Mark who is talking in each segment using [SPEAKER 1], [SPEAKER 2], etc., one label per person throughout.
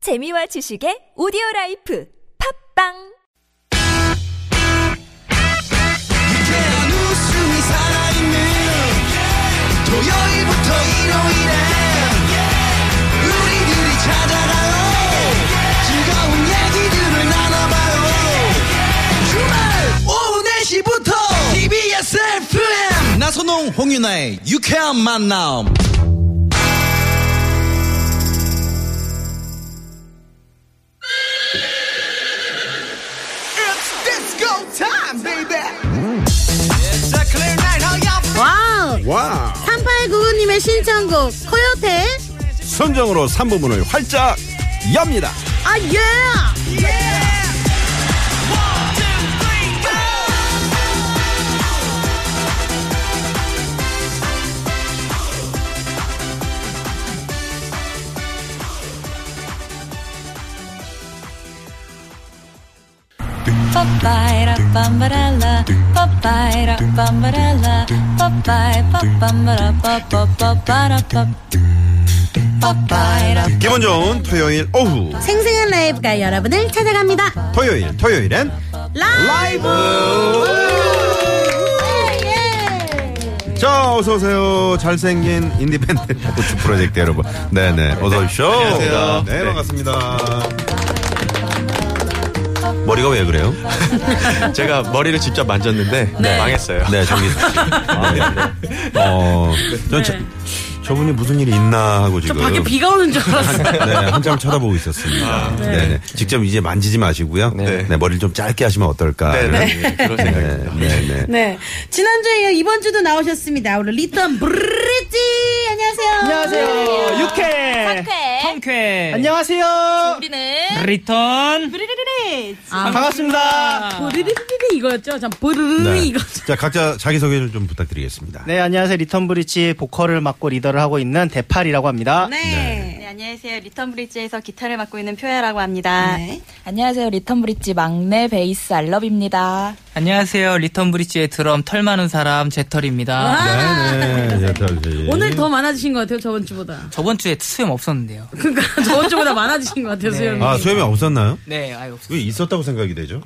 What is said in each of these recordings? [SPEAKER 1] 재미와 지식의 오디오 라이프 팝빵
[SPEAKER 2] 유쾌한 웃음이 살아있는 토요일부터 일요일에 우리들이 찾아가요 즐거운 얘기들을 나눠봐요 주말 오후 4시부터 TBS FM 나선홍 홍윤아의 유쾌한 만남 It's disco time baby It's a clear night how y'all
[SPEAKER 3] 와우!
[SPEAKER 4] 와
[SPEAKER 3] 3899님의 신청곡, 코요태,
[SPEAKER 4] 선정으로 3부문을 활짝 엽니다
[SPEAKER 3] 아, 예!
[SPEAKER 5] Papaya, bambarella, papaya, bambarella, papaya, bambara, papara, papaya.
[SPEAKER 4] 기분 좋은 토요일 오후
[SPEAKER 3] 생생한 라이브가 여러분을 찾아갑니다.
[SPEAKER 4] 토요일 토요일엔
[SPEAKER 3] 라이브!
[SPEAKER 4] 자 어서오세요 잘생긴 인디펜던트 우주 프로젝트 여러분 네네 어서오십시오 안녕하세요 네 반갑습니다 머리가 왜 그래요?
[SPEAKER 6] 제가 아, 머리를 직접 만졌는데 망했어요.
[SPEAKER 4] 네 정기수 씨 아, 네. 어, 전 저, 저분이 무슨 일이 있나 하고 지금
[SPEAKER 3] 밖에 비가 오는 줄 알았어요.
[SPEAKER 4] 네, 한참 쳐다보고 있었습니다. 네. 네 직접 이제 만지지 마시고요. 네. 머리를 좀 짧게 하시면 어떨까.
[SPEAKER 6] 네, 네. 그런
[SPEAKER 4] 네,
[SPEAKER 6] 생각이
[SPEAKER 4] 네, 네.
[SPEAKER 3] 네. 지난주에 이어 이번 주도 나오셨습니다. 우리 리턴 브리지! 안녕하세요.
[SPEAKER 7] 안녕하세요. 육회. 통쾌. 안녕하세요.
[SPEAKER 5] 우리는
[SPEAKER 7] 리턴. 반갑습니다.
[SPEAKER 3] 아. 브리리리리 이거였죠? 참, 브르르
[SPEAKER 4] 네.
[SPEAKER 3] 음, 이거.
[SPEAKER 4] 자, 각자 자기소개를 좀 부탁드리겠습니다.
[SPEAKER 7] 네, 안녕하세요. 리턴 브릿지 보컬을 맡고 리더를 하고 있는 대팔이라고 합니다.
[SPEAKER 3] 네.
[SPEAKER 8] 네, 안녕하세요. 리턴 브릿지에서 기타를 맡고 있는 표야라고 합니다.
[SPEAKER 3] 네.
[SPEAKER 5] 안녕하세요. 리턴 브릿지 막내 베이스 알럽입니다.
[SPEAKER 9] 안녕하세요. 리턴 브릿지의 드럼 털 많은 사람 제털입니다.
[SPEAKER 4] 네, 네. 여덟시.
[SPEAKER 3] 오늘 더 많아지신 것 같아요, 저번 주보다.
[SPEAKER 9] 저번 주에 수염 없었는데요.
[SPEAKER 3] 그러니까 저번 주보다 많아지신 것 같아요, 수영이. 어,
[SPEAKER 4] 아, 소염이 없었나요?
[SPEAKER 9] 네, 아예 없었어요.
[SPEAKER 4] 왜 있었다고 생각이 되죠?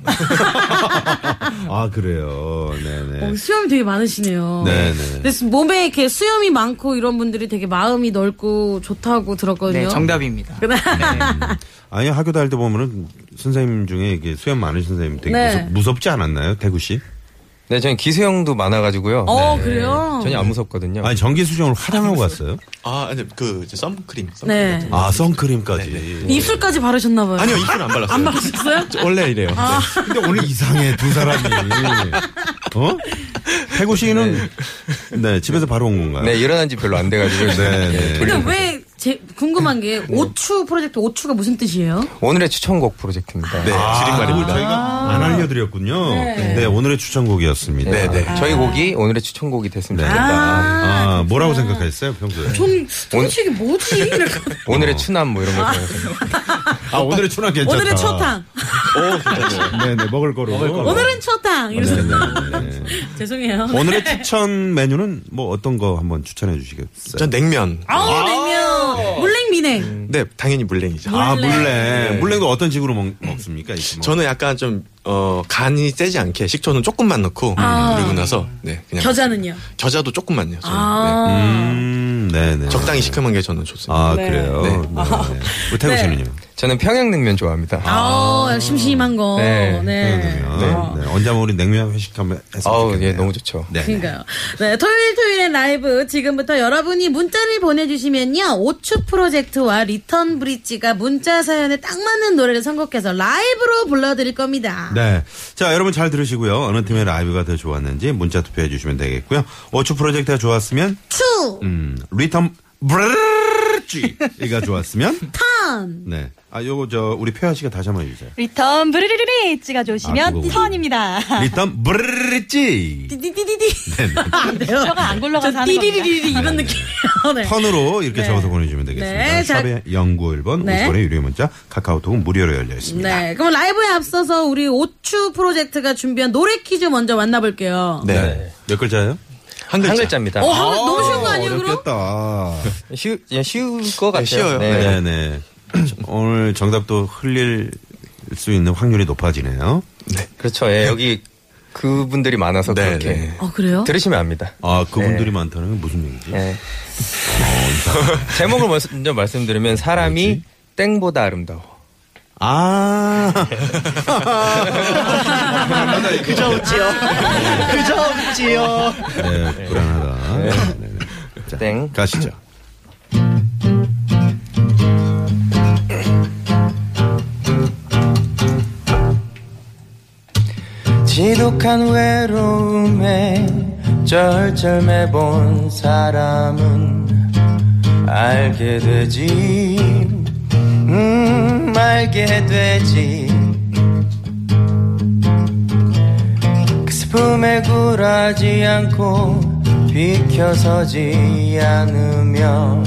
[SPEAKER 4] 아, 그래요. 네네.
[SPEAKER 3] 어, 수염이 되게 많으시네요.
[SPEAKER 4] 네네.
[SPEAKER 3] 근데 몸에 이렇게 수염이 많고 이런 분들이 되게 마음이 넓고 좋다고 들었거든요.
[SPEAKER 9] 네, 정답입니다.
[SPEAKER 3] 네,
[SPEAKER 4] 아니, 학교 다닐 때 보면은 선생님 중에 이게 수염 많으신 선생님 되게
[SPEAKER 3] 네.
[SPEAKER 4] 무섭, 지 않았나요? 태구씨?
[SPEAKER 10] 네, 저는 기수형도 많아가지고요.
[SPEAKER 3] 어, 그래요?
[SPEAKER 10] 전혀 안 무섭거든요.
[SPEAKER 4] 아니, 전기수정을 화장하고 갔어요?
[SPEAKER 6] 아, 아니 그 이제 선크림. 선크림
[SPEAKER 3] 네.
[SPEAKER 6] 같은 거.
[SPEAKER 4] 아, 선크림까지.
[SPEAKER 3] 입술까지 바르셨나봐요.
[SPEAKER 6] 아니요, 입술 안 발랐어요. 안
[SPEAKER 3] 바르셨어요?
[SPEAKER 6] 원래 이래요.
[SPEAKER 4] 아.
[SPEAKER 6] 네.
[SPEAKER 4] 근데 오늘 이상해 두 사람이. 어? 태구 씨는 네. 집에서 바로 온 건가요?
[SPEAKER 10] 네, 일어난 지 별로 안 돼가지고.
[SPEAKER 4] 네, 네.
[SPEAKER 10] 돌리고
[SPEAKER 3] 근데
[SPEAKER 10] 있어요.
[SPEAKER 3] 왜, 제, 궁금한 게, 오추 프로젝트 오추가 무슨 뜻이에요?
[SPEAKER 10] 오늘의 추천곡 프로젝트입니다.
[SPEAKER 6] 네, 줄임말입니다.
[SPEAKER 4] 저희가 안 알려드렸군요. 네, 오늘의 추천곡이었습니다.
[SPEAKER 10] 네, 네. 저희 곡이 오늘의 추천곡이 됐으면 좋겠다.
[SPEAKER 4] 아, 뭐라고 생각했어요 평소에?
[SPEAKER 3] 좀, 도대체 이게 뭐지? 이렇게.
[SPEAKER 10] 오늘의 추남 뭐 이런 거 좋아해서.
[SPEAKER 4] 아 오늘의 추나 괜찮다.
[SPEAKER 3] 오늘은 초탕.
[SPEAKER 4] 네네 먹을 거로.
[SPEAKER 3] 오늘은 초탕. 이래서.
[SPEAKER 4] 네네. 뭐?
[SPEAKER 3] 죄송해요.
[SPEAKER 4] 오늘의 추천 메뉴는 뭐 어떤 거 한번 추천해 주시겠어요?
[SPEAKER 6] 전 냉면.
[SPEAKER 3] 아우, 냉면. 물냉미냉.
[SPEAKER 6] 네, 당연히 물냉이죠.
[SPEAKER 4] 아 물냉.
[SPEAKER 6] 네.
[SPEAKER 4] 물냉도 어떤 식으로 먹, 먹습니까? 이 친구?
[SPEAKER 6] 저는 약간 좀 어, 간이 세지 않게 식초는 조금만 넣고 그리고 나서 네, 그냥
[SPEAKER 3] 겨자는요?
[SPEAKER 6] 겨자도 조금만요. 저는.
[SPEAKER 3] 아.
[SPEAKER 4] 음, 네네.
[SPEAKER 6] 네. 적당히 시큼한 게 저는 좋습니다.
[SPEAKER 4] 아
[SPEAKER 3] 네.
[SPEAKER 4] 그래요.
[SPEAKER 6] 네.
[SPEAKER 4] 네. 우리 태국 씨는요?
[SPEAKER 10] 저는 평양냉면 좋아합니다.
[SPEAKER 3] 아, 심심한 거. 네.
[SPEAKER 10] 네.
[SPEAKER 4] 네. 네. 언제 한번 우리 냉면 회식 한번 했으면
[SPEAKER 10] 아우,
[SPEAKER 4] 좋겠네요.
[SPEAKER 10] 예, 너무 좋죠.
[SPEAKER 4] 네.
[SPEAKER 3] 그러니까요. 네, 토요일 토요일의 라이브 지금부터 여러분이 문자를 보내주시면요 오추 프로젝트와 리턴 브릿지가 문자 사연에 딱 맞는 노래를 선곡해서 라이브로 불러드릴 겁니다.
[SPEAKER 4] 네. 자, 여러분 잘 들으시고요. 어느 팀의 라이브가 더 좋았는지 문자 투표해 주시면 되겠고요. 오추 프로젝트가 좋았으면,
[SPEAKER 3] 추
[SPEAKER 4] 음, 리턴 브르르지가 좋았으면,
[SPEAKER 3] 턴.
[SPEAKER 4] 네. 아, 요거 저, 우리 표현 씨가 다시 한번 해주세요.
[SPEAKER 8] 리턴 브르르르레이지가
[SPEAKER 4] 아,
[SPEAKER 8] 좋으시면
[SPEAKER 4] 그거군요.
[SPEAKER 8] 턴입니다.
[SPEAKER 4] 리턴 브르르지.
[SPEAKER 3] 디디디디디. 아, 안 돼요.
[SPEAKER 8] 뼈가 안 굴러가서
[SPEAKER 3] 저
[SPEAKER 8] 하는 겁니다.
[SPEAKER 3] 디디디디디 이런 느낌이에요. 네.
[SPEAKER 4] 턴으로 이렇게 적어서 보내주시면
[SPEAKER 3] 네,
[SPEAKER 4] 되겠습니다.
[SPEAKER 3] 자-
[SPEAKER 4] 샵의 0951번,
[SPEAKER 3] 네.
[SPEAKER 4] 50번의 유료 문자, 카카오톡은 무료로 열려 있습니다.
[SPEAKER 3] 네. 그럼 라이브에 앞서서 우리 오추 프로젝트가 준비한 노래 퀴즈 먼저 만나볼게요.
[SPEAKER 4] 네. 몇 글자예요?
[SPEAKER 10] 한
[SPEAKER 6] 한 글자.
[SPEAKER 10] 글자입니다.
[SPEAKER 3] 어, 한, 너무 쉬운 거 아니에요, 그럼?
[SPEAKER 4] 어렵겠다.
[SPEAKER 10] 쉬우, 예, 쉬울 것 같아요.
[SPEAKER 6] 네, 쉬워요.
[SPEAKER 10] 네.
[SPEAKER 4] 네네. 오늘 정답도 흘릴 수 있는 확률이 높아지네요.
[SPEAKER 10] 그렇죠. 예, 여기 그분들이 많아서
[SPEAKER 6] 네,
[SPEAKER 10] 그렇게
[SPEAKER 6] 네.
[SPEAKER 3] 어, 그래요?
[SPEAKER 10] 들으시면 압니다.
[SPEAKER 4] 아 그분들이 많다는 게 무슨 얘기지?
[SPEAKER 10] 예. 제목을 먼저 말씀드리면 사람이 땡보다 아름다워.
[SPEAKER 4] 아
[SPEAKER 7] 그저 웃지요. 그저 웃지요.
[SPEAKER 4] 네, 불안하다. 네. 네. 자,
[SPEAKER 10] 땡.
[SPEAKER 4] 가시죠.
[SPEAKER 10] 지독한 외로움에 쩔쩔매 본 사람은 알게 되지. 음, 알게 되지. 그 슬픔에 굴하지 않고 비켜서지 않으며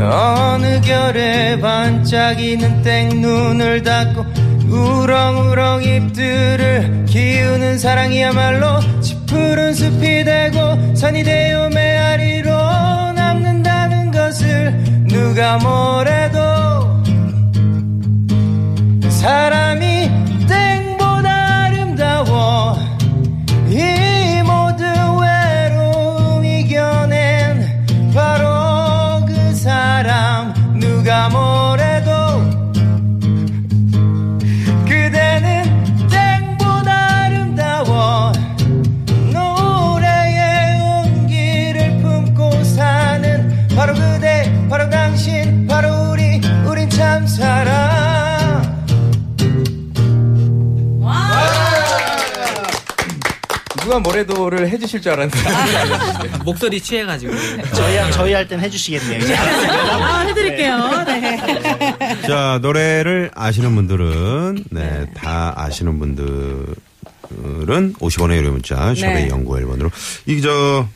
[SPEAKER 10] 어느 결에 반짝이는 땡눈을 닫고 우렁우렁 잎들을 키우는 사랑이야말로 푸른 숲이 되고 산이 되어 메아리로 남는다는 것을 누가 뭐래도 사람이 땡보다 아름다워 이 모든 외로움 이겨낸 바로 그 사람 누가 뭐래도 그대는 땡보다 아름다워 노래의 온기를 품고 사는 바로 그대 바로 당신 바로 우리 우린 참 사람 누가 뭐래도를 해주실 줄 알았는데
[SPEAKER 9] 목소리 취해가지고.
[SPEAKER 7] 저희, 저희 할 땐 해주시겠네요. 이제.
[SPEAKER 3] 아, 해드릴게요. 네.
[SPEAKER 4] 자 노래를 아시는 분들은 네 다 아시는 분들은 50원의 유료 문자 샵의
[SPEAKER 3] 네.
[SPEAKER 4] 연구 1번으로 이저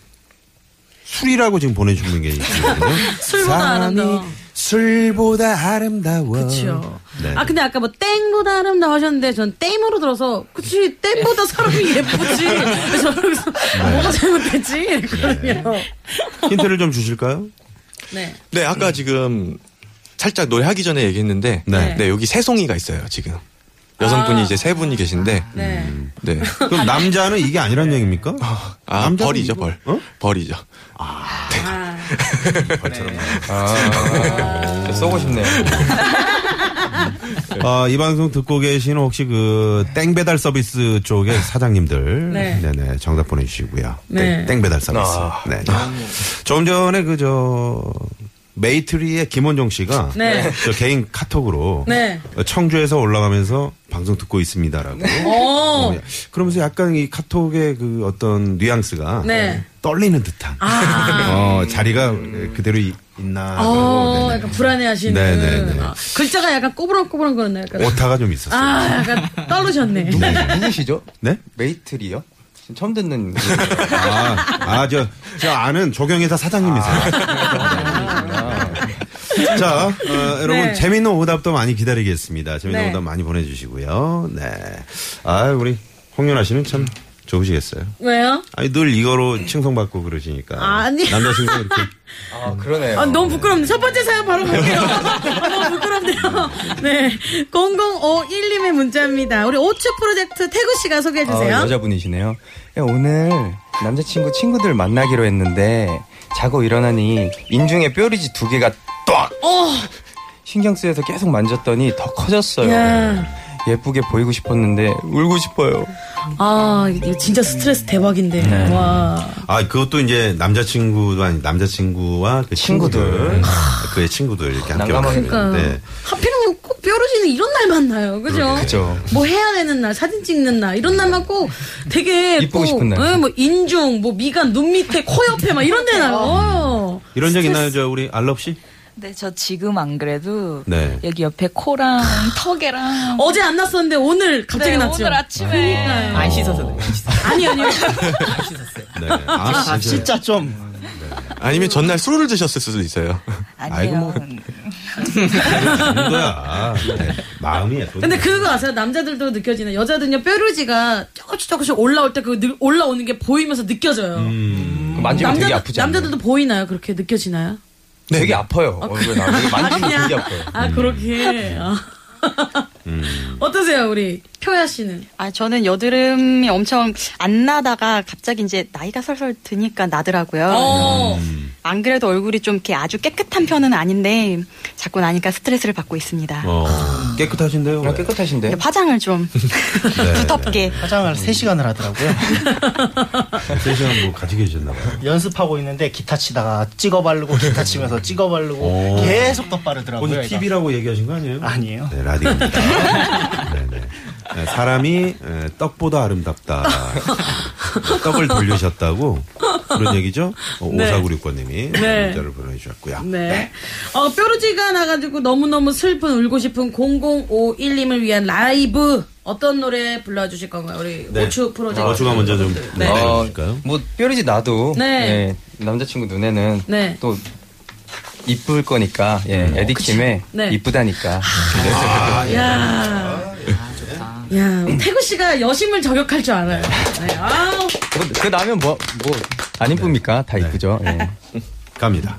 [SPEAKER 4] 술이라고 지금 보내주는 게 있거든요.
[SPEAKER 3] 술보다 아름다워.
[SPEAKER 4] 술보다 아름다워.
[SPEAKER 3] 그렇죠.
[SPEAKER 4] 네.
[SPEAKER 3] 아 근데 아까 뭐 땡보다 아름다워 하셨는데 전 땡으로 들어서 그치 땡보다 사람이 예쁘지. 그래서 그래서
[SPEAKER 4] 네.
[SPEAKER 3] 아, 뭐가 잘못됐지 이랬거든요.
[SPEAKER 4] 힌트를 좀 주실까요?
[SPEAKER 3] 네.
[SPEAKER 6] 네, 아까
[SPEAKER 10] 음.
[SPEAKER 6] 지금 살짝 노래하기 전에 얘기했는데,
[SPEAKER 4] 네.
[SPEAKER 6] 네, 여기 세 송이가 있어요, 지금. 여성분이 이제 세 분이 계신데,
[SPEAKER 3] 네.
[SPEAKER 4] 음.
[SPEAKER 6] 네.
[SPEAKER 4] 그럼 남자는 이게 아니란 얘기입니까?
[SPEAKER 6] 아,
[SPEAKER 4] 남자는
[SPEAKER 6] 벌이죠,
[SPEAKER 4] 이거-
[SPEAKER 6] 벌.
[SPEAKER 4] 어?
[SPEAKER 6] 벌이죠.
[SPEAKER 3] 아,
[SPEAKER 10] 아, 쏘고 싶네요
[SPEAKER 6] 네.
[SPEAKER 4] 어, 이 방송 듣고 계시는 혹시 그 땡배달 서비스 쪽의 사장님들
[SPEAKER 3] 아. 네.
[SPEAKER 4] 네. 네 정답 보내주시고요
[SPEAKER 3] 네.
[SPEAKER 4] 땡,
[SPEAKER 6] 아.
[SPEAKER 4] 땡배달 서비스 네, 네. 조금 전에 그 저 메이트리의 김원종 씨가
[SPEAKER 3] 네.
[SPEAKER 4] 저 개인 카톡으로
[SPEAKER 3] 네.
[SPEAKER 4] 청주에서 올라가면서 방송 듣고 있습니다라고
[SPEAKER 3] 오.
[SPEAKER 4] 어, 그러면서 약간 이 카톡의 그 어떤 뉘앙스가
[SPEAKER 3] 네. 아.
[SPEAKER 4] 떨리는 듯한 어, 자리가 그대로 이- 있나
[SPEAKER 3] 어,
[SPEAKER 4] 네, 네.
[SPEAKER 3] 약간 불안해하시는.
[SPEAKER 4] 네, 네, 네.
[SPEAKER 3] 아, 글자가 약간 꼬부랑꼬부랑 거렸나요? 약간.
[SPEAKER 4] 오타가 좀 있었어요.
[SPEAKER 3] 아, 약간 떨리셨네.
[SPEAKER 10] 누구시죠?
[SPEAKER 4] 네?
[SPEAKER 10] 메이트리요? 지금 처음 듣는
[SPEAKER 4] 아, 아, 저, 저 아는 조경회사 사장님이세요. 자, 어, 여러분,
[SPEAKER 3] 아. 네.
[SPEAKER 4] 재밌는 오답도 많이 기다리겠습니다. 재밌는
[SPEAKER 3] 네.
[SPEAKER 4] 오답 많이 보내주시고요. 네. 아, 우리 홍윤아 씨는 참 좋으시겠어요.
[SPEAKER 3] 왜요?
[SPEAKER 4] 아니, 늘 이거로 칭송받고 그러시니까.
[SPEAKER 3] 아니.
[SPEAKER 4] 남자친구가 이렇게.
[SPEAKER 10] 아 그러네요
[SPEAKER 3] 아, 너무 부끄럽네. 첫 번째 사연 바로 볼게요. 아, 너무 부끄럽네요. 네. 0051님의 문자입니다. 우리 오츠 프로젝트 태구씨가 소개해주세요.
[SPEAKER 10] 아, 여자분이시네요. 야, 오늘 남자친구 친구들 만나기로 했는데 자고 일어나니 인중에 뾰루지 두 개가 딱
[SPEAKER 3] 어!
[SPEAKER 10] 신경 쓰여서 계속 만졌더니 더 커졌어요.
[SPEAKER 3] 야.
[SPEAKER 10] 예쁘게 보이고 싶었는데 울고 싶어요.
[SPEAKER 3] 아, 이거 진짜 스트레스 대박인데.
[SPEAKER 10] 네.
[SPEAKER 3] 와.
[SPEAKER 4] 아, 그것도 이제 남자친구도 아니, 남자친구와 그 친구들. 그의 친구들 이렇게 함께
[SPEAKER 10] 난감하겠다.
[SPEAKER 4] 만나면,
[SPEAKER 3] 그러니까 하필이면 꼭 뾰루지는 이런 날 만나요, 그죠?
[SPEAKER 10] 네. 그죠.
[SPEAKER 3] 뭐 해야 되는 날, 사진 찍는 날 이런 날만 꼭 되게
[SPEAKER 10] 이쁘고
[SPEAKER 3] 꼭,
[SPEAKER 10] 싶은 날.
[SPEAKER 3] 예, 뭐 인중, 뭐 미간, 눈 밑에, 코 옆에 막 이런 데
[SPEAKER 5] 그렇죠.
[SPEAKER 3] 나요.
[SPEAKER 4] 이런 적 있나요, 저 우리 알럽 씨?
[SPEAKER 5] 네, 저 지금 안 그래도
[SPEAKER 4] 네.
[SPEAKER 5] 여기 옆에 코랑 턱에랑
[SPEAKER 3] 어제 안 났었는데 오늘 갑자기
[SPEAKER 5] 네,
[SPEAKER 3] 났죠.
[SPEAKER 5] 오늘 아침에
[SPEAKER 9] 안 씻어서 그래요. 안 씻어서.
[SPEAKER 3] 아니 아니요.
[SPEAKER 9] 안 씻었어요.
[SPEAKER 4] 네. 아, 진짜.
[SPEAKER 7] 진짜 좀.
[SPEAKER 6] 아니면 전날 술을 드셨을 수도 있어요.
[SPEAKER 5] 아니요.
[SPEAKER 4] 정도야. 네. 마음이 예쁘
[SPEAKER 3] 근데 그거 아세요? 남자들도 느껴지는 여자들은요 뾰루지가 조금씩 조금씩 올라올 때 그 올라오는 게 보이면서 느껴져요.
[SPEAKER 10] 만지면 음. 되게
[SPEAKER 3] 남자들,
[SPEAKER 10] 아프지 않나요?
[SPEAKER 3] 남자들도 보이나요? 그렇게 느껴지나요?
[SPEAKER 10] 되게 아파요. 얼굴에 나 되게 만지면
[SPEAKER 3] 그냥.
[SPEAKER 10] 되게
[SPEAKER 4] 네.
[SPEAKER 10] 아파요.
[SPEAKER 3] 아,
[SPEAKER 4] 음.
[SPEAKER 3] 그렇게. 아. 어떠세요, 우리 표야 씨는?
[SPEAKER 8] 아, 저는 여드름이 엄청 안 나다가 갑자기 이제 나이가 설설 드니까 나더라고요.
[SPEAKER 3] 어.
[SPEAKER 4] 음.
[SPEAKER 8] 안 그래도 얼굴이 좀 이렇게 아주 깨끗한 편은 아닌데 자꾸 나니까 스트레스를 받고 있습니다.
[SPEAKER 4] 어, 깨끗하신데요?
[SPEAKER 10] 아, 깨끗하신데?
[SPEAKER 8] 근데 화장을 좀
[SPEAKER 4] 네,
[SPEAKER 8] 두텁게
[SPEAKER 7] 화장을 3시간을 하더라고요.
[SPEAKER 4] 세시간 뭐 가지고 계셨나봐요.
[SPEAKER 7] 연습하고 있는데 기타 치다가 찍어 바르고 기타 치면서 찍어 바르고
[SPEAKER 4] 오.
[SPEAKER 7] 계속 덧 바르더라고요.
[SPEAKER 4] 오늘
[SPEAKER 7] 얘가.
[SPEAKER 4] TV라고 얘기하신 거 아, 아니에요?
[SPEAKER 7] 아니에요.
[SPEAKER 4] 네, 라디오입니다. 네, 네. 네, 사람이 에, 떡보다 아름답다. 네, 떡을 돌리셨다고 그런 얘기죠? 어,
[SPEAKER 3] 네.
[SPEAKER 4] 5496번님이
[SPEAKER 3] 네.
[SPEAKER 4] 문자를 보내주셨고요.
[SPEAKER 3] 네. 어, 뾰루지가 나가지고 너무너무 슬픈 울고 싶은 0051님을 위한 라이브 어떤 노래 불러주실 건가요? 우리
[SPEAKER 4] 네.
[SPEAKER 3] 오추 프로젝트.
[SPEAKER 4] 오추가 먼저 좀
[SPEAKER 3] 네.
[SPEAKER 4] 네.
[SPEAKER 10] 어,
[SPEAKER 4] 볼까요?
[SPEAKER 10] 뭐 뾰루지 나도
[SPEAKER 3] 네.
[SPEAKER 10] 예, 남자친구 눈에는
[SPEAKER 3] 네.
[SPEAKER 10] 또 이쁠 거니까 예,
[SPEAKER 2] 음. 어,
[SPEAKER 10] 에디킴의
[SPEAKER 3] 네.
[SPEAKER 10] 이쁘다니까
[SPEAKER 3] 야. 야, 태구 씨가 여심을 저격할 줄 알아요. 네. 아우.
[SPEAKER 10] 그, 그 나면 뭐 뭐 안
[SPEAKER 2] 네.
[SPEAKER 10] 이쁩니까 다 이쁘죠 예.
[SPEAKER 4] 갑니다.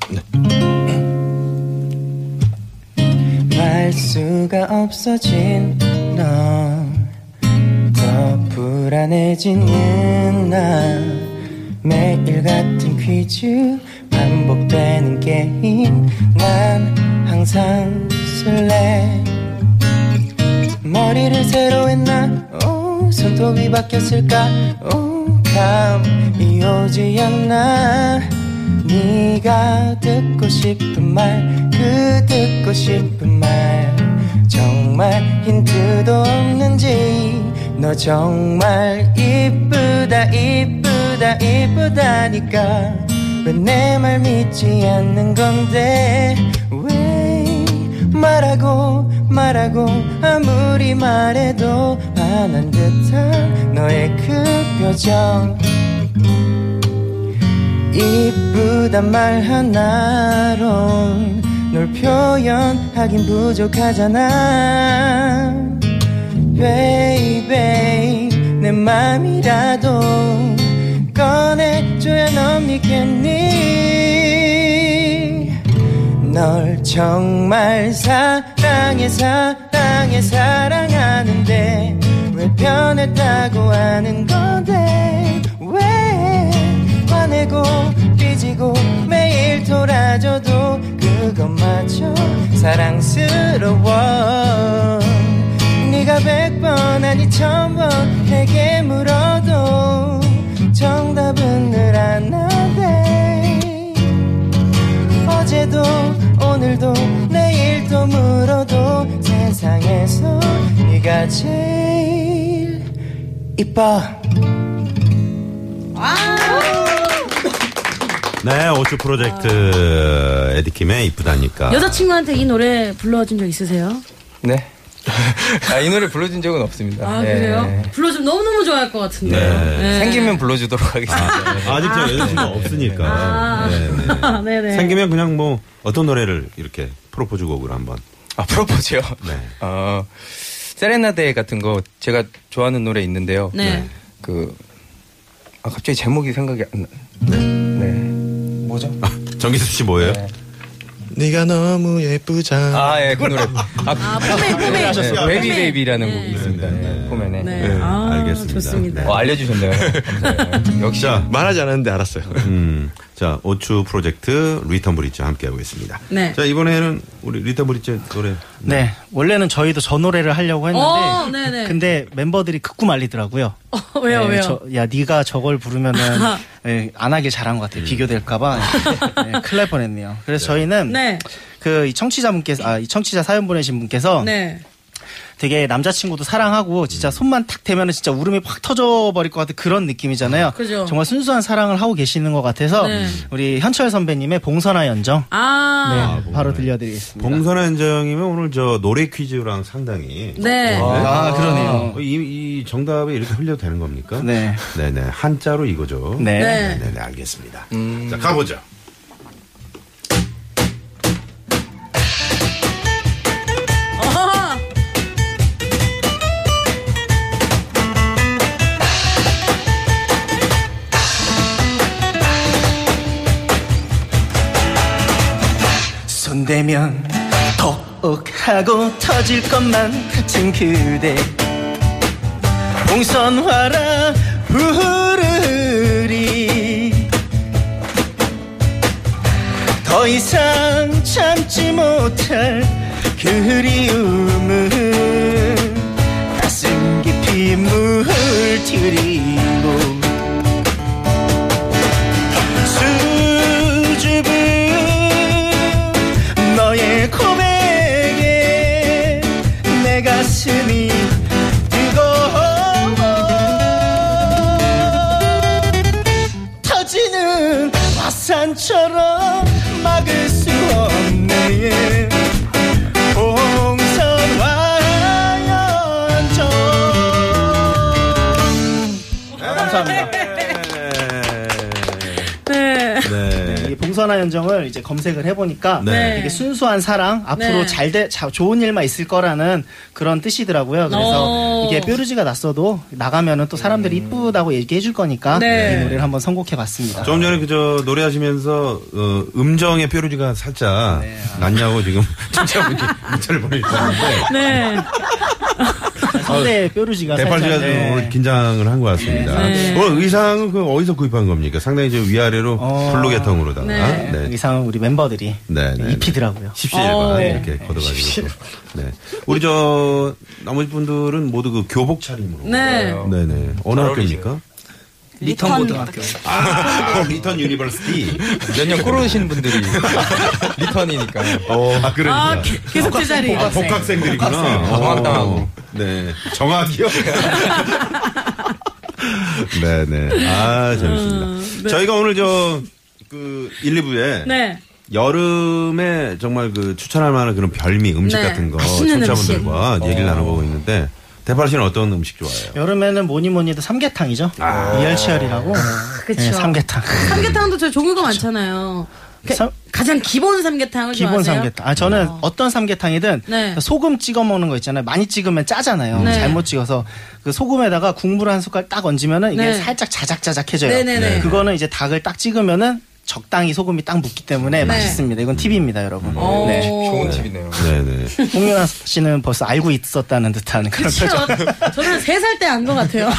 [SPEAKER 2] 말수가 없어진 넌더 불안해지는 나 매일 같은 퀴즈 반복되는 게임 난 항상 술래 머리를 새로 했나 오, 손톱이 바뀌었을까 오, 감이 오지 않나 네가 듣고 싶은 말 그 듣고 싶은 말 정말 힌트도 없는지 너 정말 이쁘다 이쁘다 이쁘다니까 왜 내 말 믿지 않는 건데 왜 말하고 말하고 아무리 말해도 안한 듯한 너의 그 표정 이쁘단 말 하나로 널 표현하긴 부족하잖아 베이베이 내 맘이라도 꺼내줘야 넌 믿겠니 널 정말 사랑해 사랑해 사랑하는데 왜 변했다고 하는 건데 왜 화내고 삐지고 매일 돌아줘도 그것마저 사랑스러워 네가 백 번 아니 천번 내게 물어도 정답은 늘 하나돼 어제도 오늘도 내일도 물어도 세상에서 네가 제일 이뻐
[SPEAKER 4] 네, 오추 프로젝트 에디킴의 이쁘다니까.
[SPEAKER 3] 아. 여자친구한테 이 노래 불러준 적 있으세요?
[SPEAKER 10] 네. 아, 이 노래 불러준 적은 없습니다.
[SPEAKER 3] 아,
[SPEAKER 10] 예.
[SPEAKER 3] 그래요? 불러주면 너무너무 좋아할 것 같은데.
[SPEAKER 4] 네.
[SPEAKER 10] 생기면 불러주도록 하겠습니다.
[SPEAKER 4] 아직 저 여자친구 없으니까. 네, 네.
[SPEAKER 3] 아, 네네.
[SPEAKER 4] 생기면 그냥 뭐 어떤 노래를 이렇게 프로포즈 곡으로 한번.
[SPEAKER 10] 아, 프로포즈요?
[SPEAKER 4] 네.
[SPEAKER 10] 어, 세레나데 같은 거 제가 좋아하는 노래 있는데요.
[SPEAKER 3] 네.
[SPEAKER 10] 그, 아, 갑자기 제목이 생각이 안 나. 네. 뭐죠?
[SPEAKER 4] 아, 정기섭 씨 뭐예요?
[SPEAKER 6] 네가 너무 예쁘잖아.
[SPEAKER 10] 아, 예, 그 노래. 아,
[SPEAKER 3] 포맨, 포맨.
[SPEAKER 10] 네, 베이비 베이비라는
[SPEAKER 3] 네.
[SPEAKER 10] 곡이 있습니다. 네, 포맨에.
[SPEAKER 3] 네.
[SPEAKER 4] 네,
[SPEAKER 3] 아,
[SPEAKER 4] 알겠습니다.
[SPEAKER 3] 좋습니다.
[SPEAKER 4] 네.
[SPEAKER 10] 어, 알려주셨네요. 감사해요. 역시.
[SPEAKER 4] 자,
[SPEAKER 6] 말하지 않았는데 알았어요.
[SPEAKER 4] 음, 자, 오추 프로젝트 리턴 브릿지 함께하고 있습니다.
[SPEAKER 3] 네.
[SPEAKER 4] 자, 이번에는 우리 리턴 브릿지 노래.
[SPEAKER 7] 네. 원래는 저희도 저 노래를 하려고
[SPEAKER 3] 어, 네네.
[SPEAKER 7] 했는데 근데 멤버들이 극구 말리더라고요.
[SPEAKER 3] 어, 왜요,
[SPEAKER 7] 네,
[SPEAKER 3] 왜요?
[SPEAKER 7] 저- 야, 네가 저걸 부르면은 네, 안 하길 잘한 것 같아요. 비교될까봐 네, 큰일 날 뻔했네요. 그래서 저희는
[SPEAKER 3] 네.
[SPEAKER 7] 그이 청취자분께서 아, 이 청취자 사연 보내신 분께서
[SPEAKER 3] 네.
[SPEAKER 7] 되게 남자친구도 사랑하고 진짜 손만 탁 대면은 진짜 울음이 확 터져 버릴 것 같은 그런 느낌이잖아요.
[SPEAKER 3] 그죠.
[SPEAKER 7] 정말 순수한 사랑을 하고 계시는 것 같아서
[SPEAKER 3] 네.
[SPEAKER 7] 우리 현철 선배님의 봉선화 연정
[SPEAKER 3] 아,
[SPEAKER 7] 네, 바로 들려드리겠습니다.
[SPEAKER 4] 봉선아 연정이면 오늘 저 노래 퀴즈랑 상당히.
[SPEAKER 3] 네.
[SPEAKER 7] 아 그러네요.
[SPEAKER 4] 어, 이, 이 정답에 이렇게 흘려도 되는 겁니까?
[SPEAKER 7] 네.
[SPEAKER 4] 네네. 한자로 이거죠.
[SPEAKER 7] 네.
[SPEAKER 3] 네.
[SPEAKER 4] 네네. 알겠습니다. 자, 가보죠.
[SPEAKER 3] 어허.
[SPEAKER 7] 되면 톡 하고 터질 것만 같은 그대 봉선화라 후루리 더 이상 참지 못할 그 그리움을 가슴 깊이 물들이고 수줍은 너의 고백에 내 가슴이 뜨거워 터지는 화산처럼 막을 수 없네 봉선화연정 감사합니다
[SPEAKER 3] 네.
[SPEAKER 4] 네.
[SPEAKER 7] 이 봉선화 연정을 이제 검색을 해보니까
[SPEAKER 4] 네.
[SPEAKER 7] 이게 순수한 사랑 앞으로
[SPEAKER 3] 네.
[SPEAKER 7] 잘돼 자- 좋은 일만 있을 거라는 그런 뜻이더라고요.
[SPEAKER 3] 오.
[SPEAKER 7] 그래서 이게 뾰루지가 났어도 나가면은 또 사람들이
[SPEAKER 4] 음.
[SPEAKER 7] 이쁘다고 얘기해줄 거니까
[SPEAKER 3] 네.
[SPEAKER 7] 이 노래를 한번 선곡해봤습니다.
[SPEAKER 4] 조금 전에 그저 노래하시면서 어, 음정의 뾰루지가 살짝
[SPEAKER 7] 네, 아.
[SPEAKER 4] 났냐고 지금 청취자분이 문자를 보내주셨는데
[SPEAKER 3] 네.
[SPEAKER 7] 상대 뾰루지가
[SPEAKER 4] 대팔 씨가
[SPEAKER 7] 살짝
[SPEAKER 4] 좀
[SPEAKER 7] 네.
[SPEAKER 4] 오늘 긴장을 한 것 같습니다.
[SPEAKER 3] 네.
[SPEAKER 4] 오늘 의상은 그 어디서 구입한 겁니까? 상당히 이제 위아래로
[SPEAKER 7] 어.
[SPEAKER 4] 블루 계통으로다가
[SPEAKER 3] 네.
[SPEAKER 4] 네.
[SPEAKER 7] 그 이상은 우리 멤버들이
[SPEAKER 4] 네, 네, 네.
[SPEAKER 7] 입히더라고요.
[SPEAKER 4] 17번
[SPEAKER 3] 네.
[SPEAKER 4] 이렇게 걷어가지고
[SPEAKER 7] 십시일.
[SPEAKER 4] 또. 네. 우리 저 나머지 분들은 모두 그 교복 차림으로
[SPEAKER 3] 네.
[SPEAKER 4] 네네 어느 학교입니까?
[SPEAKER 9] 리턴 고등학교.
[SPEAKER 4] 아, 리턴 유니버시티.
[SPEAKER 10] 몇년 꼬르시는 분들이 리턴이니까.
[SPEAKER 4] 어, 아, 그래.
[SPEAKER 7] 네.
[SPEAKER 3] 아, 게- 계속 제자리.
[SPEAKER 4] 아, 복학생들이구나.
[SPEAKER 10] 복학생. 정학당하고.
[SPEAKER 4] 어, 네. 정학이요? 네네. 아, 재밌습니다. 저희가 오늘 저, 그, 1, 2부에.
[SPEAKER 3] 네.
[SPEAKER 4] 여름에 정말 그 추천할 만한 그런 별미 음식
[SPEAKER 3] 네.
[SPEAKER 4] 같은 거
[SPEAKER 3] 맛있는
[SPEAKER 4] 청취자분들과 얘기를 나눠보고 있는데 대팔 씨는 어떤 음식 좋아해요?
[SPEAKER 7] 여름에는 뭐니 뭐니 해도 삼계탕이죠.
[SPEAKER 4] 아.
[SPEAKER 7] 이열치열이라고.
[SPEAKER 3] 아, 그쵸.
[SPEAKER 7] 네, 삼계탕.
[SPEAKER 3] 삼계탕도 저 종류가 많잖아요. 그-
[SPEAKER 7] 삼-
[SPEAKER 3] 가장 기본 삼계탕을
[SPEAKER 7] 기본
[SPEAKER 3] 좋아하세요?
[SPEAKER 7] 삼계탕. 아 저는 어떤 삼계탕이든
[SPEAKER 3] 네.
[SPEAKER 7] 소금 찍어 먹는 거 있잖아요. 많이 찍으면 짜잖아요.
[SPEAKER 3] 네.
[SPEAKER 7] 잘못 찍어서 그 소금에다가 국물 한 숟갈 딱 얹으면은 이게
[SPEAKER 3] 네.
[SPEAKER 7] 살짝 자작자작해져요.
[SPEAKER 3] 네네네.
[SPEAKER 7] 그거는 이제 닭을 딱 찍으면은 적당히 소금이 딱 묻기 때문에
[SPEAKER 3] 네.
[SPEAKER 7] 맛있습니다. 이건 팁입니다, 여러분.
[SPEAKER 3] 오.
[SPEAKER 7] 네.
[SPEAKER 10] 좋은 팁이네요.
[SPEAKER 4] 네네.
[SPEAKER 7] 홍윤아 씨는 벌써 알고 있었다는 듯한 그런
[SPEAKER 3] 그쵸.
[SPEAKER 7] 표정.
[SPEAKER 3] 아, 저는 세 살 때 안 것 같아요.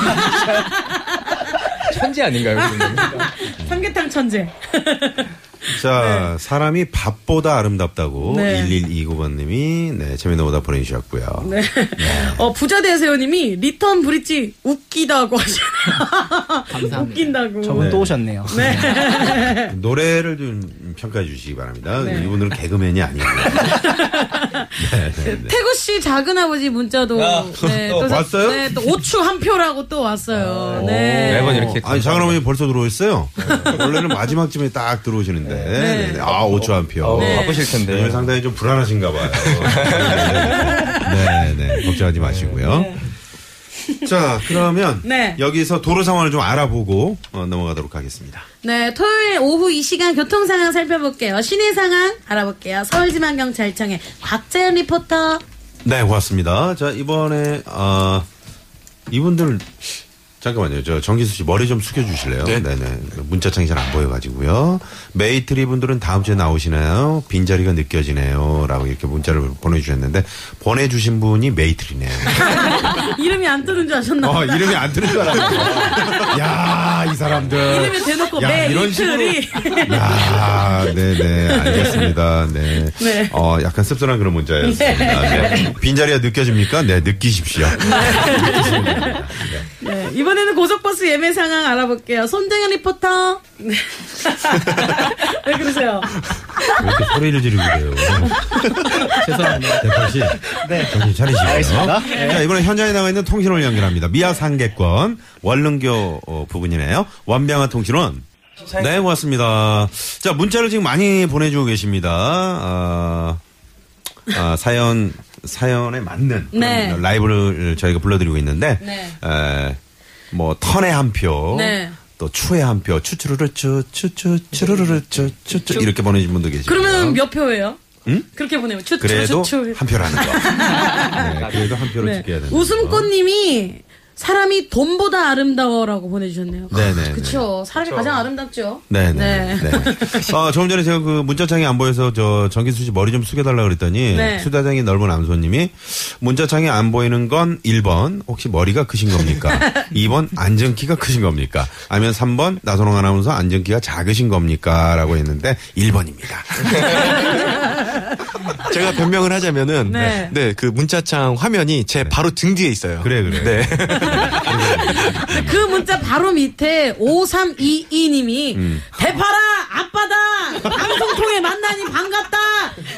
[SPEAKER 10] 천지 아닌가요, 그분은?
[SPEAKER 3] 삼계탕 천재.
[SPEAKER 4] 자, 사람이 밥보다 아름답다고
[SPEAKER 3] 네.
[SPEAKER 4] 1129번님이 네, 재밌는 오답 보내주셨고요.
[SPEAKER 3] 네. 어, 부자 대세요님이 리턴 브릿지 웃기다고 하시네요. 웃긴다고.
[SPEAKER 7] 저분 또 오셨네요.
[SPEAKER 4] 노래를 좀 평가해 주시기 바랍니다.
[SPEAKER 3] 네.
[SPEAKER 4] 이분들은 개그맨이 아니에요. 네, 네, 네.
[SPEAKER 3] 태구 씨 작은 아버지 문자도
[SPEAKER 10] 아,
[SPEAKER 3] 네,
[SPEAKER 10] 또
[SPEAKER 3] 사-
[SPEAKER 4] 왔어요?
[SPEAKER 3] 네, 또 오추 한 표라고 또
[SPEAKER 7] 아,
[SPEAKER 3] 왔어요. 네.
[SPEAKER 10] 매번 이렇게.
[SPEAKER 4] 아니, 작은 어머니 벌써 들어오셨어요? 원래는 마지막쯤에 딱 들어오시는데. 네, 네. 아, 5초 한 표.
[SPEAKER 10] 어, 바쁘실 텐데.
[SPEAKER 4] 요즘 상당히 좀 불안하신가 봐요. 네, 네. 걱정하지 마시고요. 자, 그러면
[SPEAKER 3] 네.
[SPEAKER 4] 여기서 도로 상황을 좀 알아보고 어, 넘어가도록 하겠습니다.
[SPEAKER 3] 네, 토요일 오후 이 시간 교통 상황 살펴볼게요. 시내 상황 알아볼게요. 서울지방경찰청의 곽자연 리포터.
[SPEAKER 4] 네, 고맙습니다. 자, 이번에, 아, 이분들, 잠깐만요. 저 정기수 씨 머리 좀 숙여주실래요?
[SPEAKER 6] 네.
[SPEAKER 4] 네네. 문자창이 잘 안 보여가지고요. 메이트리 분들은 다음 주에 나오시나요? 빈자리가 느껴지네요. 라고 이렇게 문자를 보내주셨는데, 보내주신 분이 메이트리네요.
[SPEAKER 3] 이름이 안 뜨는 줄 아셨나?
[SPEAKER 4] 어, 이름이 안 뜨는 줄 알았어요. 야, 이 사람들.
[SPEAKER 3] 이름이 대놓고
[SPEAKER 4] 야,
[SPEAKER 3] 매
[SPEAKER 4] 이런
[SPEAKER 3] 이틀이.
[SPEAKER 4] 야, 네네, 알겠습니다. 네.
[SPEAKER 3] 네.
[SPEAKER 4] 어, 약간 씁쓸한 그런 문자였습니다. 네. 빈자리가 느껴집니까? 네, 느끼십시오.
[SPEAKER 3] 네, 이번에는 고속버스 예매 상황 알아볼게요. 손정현 리포터. 네. 왜 그러세요?
[SPEAKER 4] 왜 이렇게 소리를 지르고 그래요? 죄송합니다. 대표씨. 네. 정신 차리시고요.
[SPEAKER 7] 알겠습니다.
[SPEAKER 3] 네.
[SPEAKER 7] 네.
[SPEAKER 4] 자, 이번에 현장에 나가 있는 통신원을 연결합니다. 미아 상계권, 원릉교 어, 부근이네요. 완병아 통신원. 네, 고맙습니다. 자, 문자를 지금 많이 보내주고 계십니다. 아, 아, 사연, 사연에 맞는 그런
[SPEAKER 3] 네.
[SPEAKER 4] 라이브를 저희가 불러드리고 있는데,
[SPEAKER 3] 네.
[SPEAKER 4] 에, 뭐, 턴에 한 표,
[SPEAKER 3] 네.
[SPEAKER 4] 또 추에 한 표, 추추르르추, 추추, 추르르르추, 추추, 이렇게 보내신 분도 계십니다.
[SPEAKER 3] 그러면 몇 표예요?
[SPEAKER 4] 응?
[SPEAKER 3] 그렇게 보내면 추, 추,
[SPEAKER 4] 그래도
[SPEAKER 3] 추, 추.
[SPEAKER 4] 한 표라는 거. 네, 그래도 한 표를
[SPEAKER 3] 네.
[SPEAKER 4] 지켜야 되는 거.
[SPEAKER 3] 웃음꽃님이 사람이 돈보다 아름다워라고 보내주셨네요.
[SPEAKER 4] 네네.
[SPEAKER 3] 그쵸. 사람이 가장 아름답죠.
[SPEAKER 4] 네네. 네. 아, 조금 전에 제가 그 문자창이 안 보여서 저 정기수 씨 머리 좀 숙여달라 그랬더니
[SPEAKER 3] 네.
[SPEAKER 4] 수다장이 넓은 암소님이 문자창이 안 보이는 건 1번 혹시 머리가 크신 겁니까? 2번 안전키가 크신 겁니까? 아니면 3번 나선홍 아나운서 안전키가 작으신 겁니까? 라고 했는데 1번입니다.
[SPEAKER 6] 제가 변명을 하자면은
[SPEAKER 3] 네.
[SPEAKER 6] 네. 그 문자창 화면이 제 바로 등 뒤에 있어요.
[SPEAKER 4] 그래 그래.
[SPEAKER 6] 네.
[SPEAKER 3] 그 문자 바로 밑에 5322님이 대파라 아빠다 방송통에 만나니 반갑다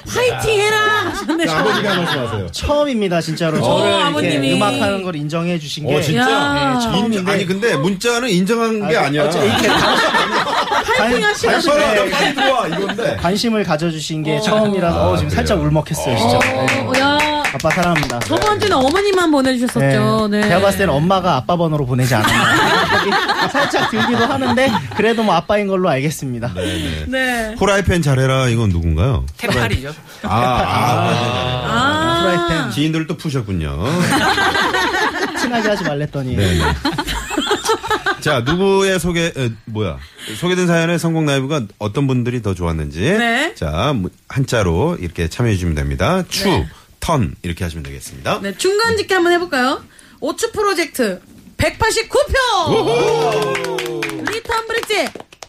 [SPEAKER 3] 화이팅 해라 하셨네요.
[SPEAKER 4] 아버지가 말씀하세요.
[SPEAKER 7] 처음입니다 진짜로 저를 이렇게
[SPEAKER 3] 어, 아버님이.
[SPEAKER 7] 음악하는 걸 인정해 주신 게
[SPEAKER 4] 어 진짜?
[SPEAKER 3] 야.
[SPEAKER 7] 네, 처음인데
[SPEAKER 4] 아니 근데 문자는 인정한 게 아니야.
[SPEAKER 7] 어째 이렇게
[SPEAKER 3] 화이팅
[SPEAKER 7] 관-
[SPEAKER 3] 하시라고.
[SPEAKER 7] 관심을-
[SPEAKER 4] 빨리 빨리 들어와 이건데.
[SPEAKER 7] 관심을 가져주신 게 처음이라서 어, 지금
[SPEAKER 4] 아, 그래요?
[SPEAKER 7] 살짝 울먹했어요 진짜 네.
[SPEAKER 3] 어, 야
[SPEAKER 7] 아빠 사랑합니다
[SPEAKER 3] 저번 주는 어머니만 보내주셨었죠. 네.
[SPEAKER 7] 제가 봤을 때는 엄마가 아빠 번호로 보내지 않았나 살짝 들기도 하는데 그래도 뭐 아빠인 걸로 알겠습니다
[SPEAKER 3] 네.
[SPEAKER 4] 호라이팬 잘해라 이건 누군가요?
[SPEAKER 9] 테팔이죠.
[SPEAKER 4] 아, 아,
[SPEAKER 3] 아.
[SPEAKER 4] 지인들 또 푸셨군요.
[SPEAKER 7] 친하게 하지 말랬더니
[SPEAKER 4] 네. 자 누구의 소개 에, 뭐야 소개된 사연의 성공 라이브가 어떤 분들이 더 좋았는지
[SPEAKER 3] 네.
[SPEAKER 4] 자 무- 한자로 이렇게 참여해 주시면 됩니다. 추턴 이렇게 하시면 되겠습니다.
[SPEAKER 3] 네, 중간 짓기 한번 해볼까요? 오츠 프로젝트 189표! 리턴 브릿지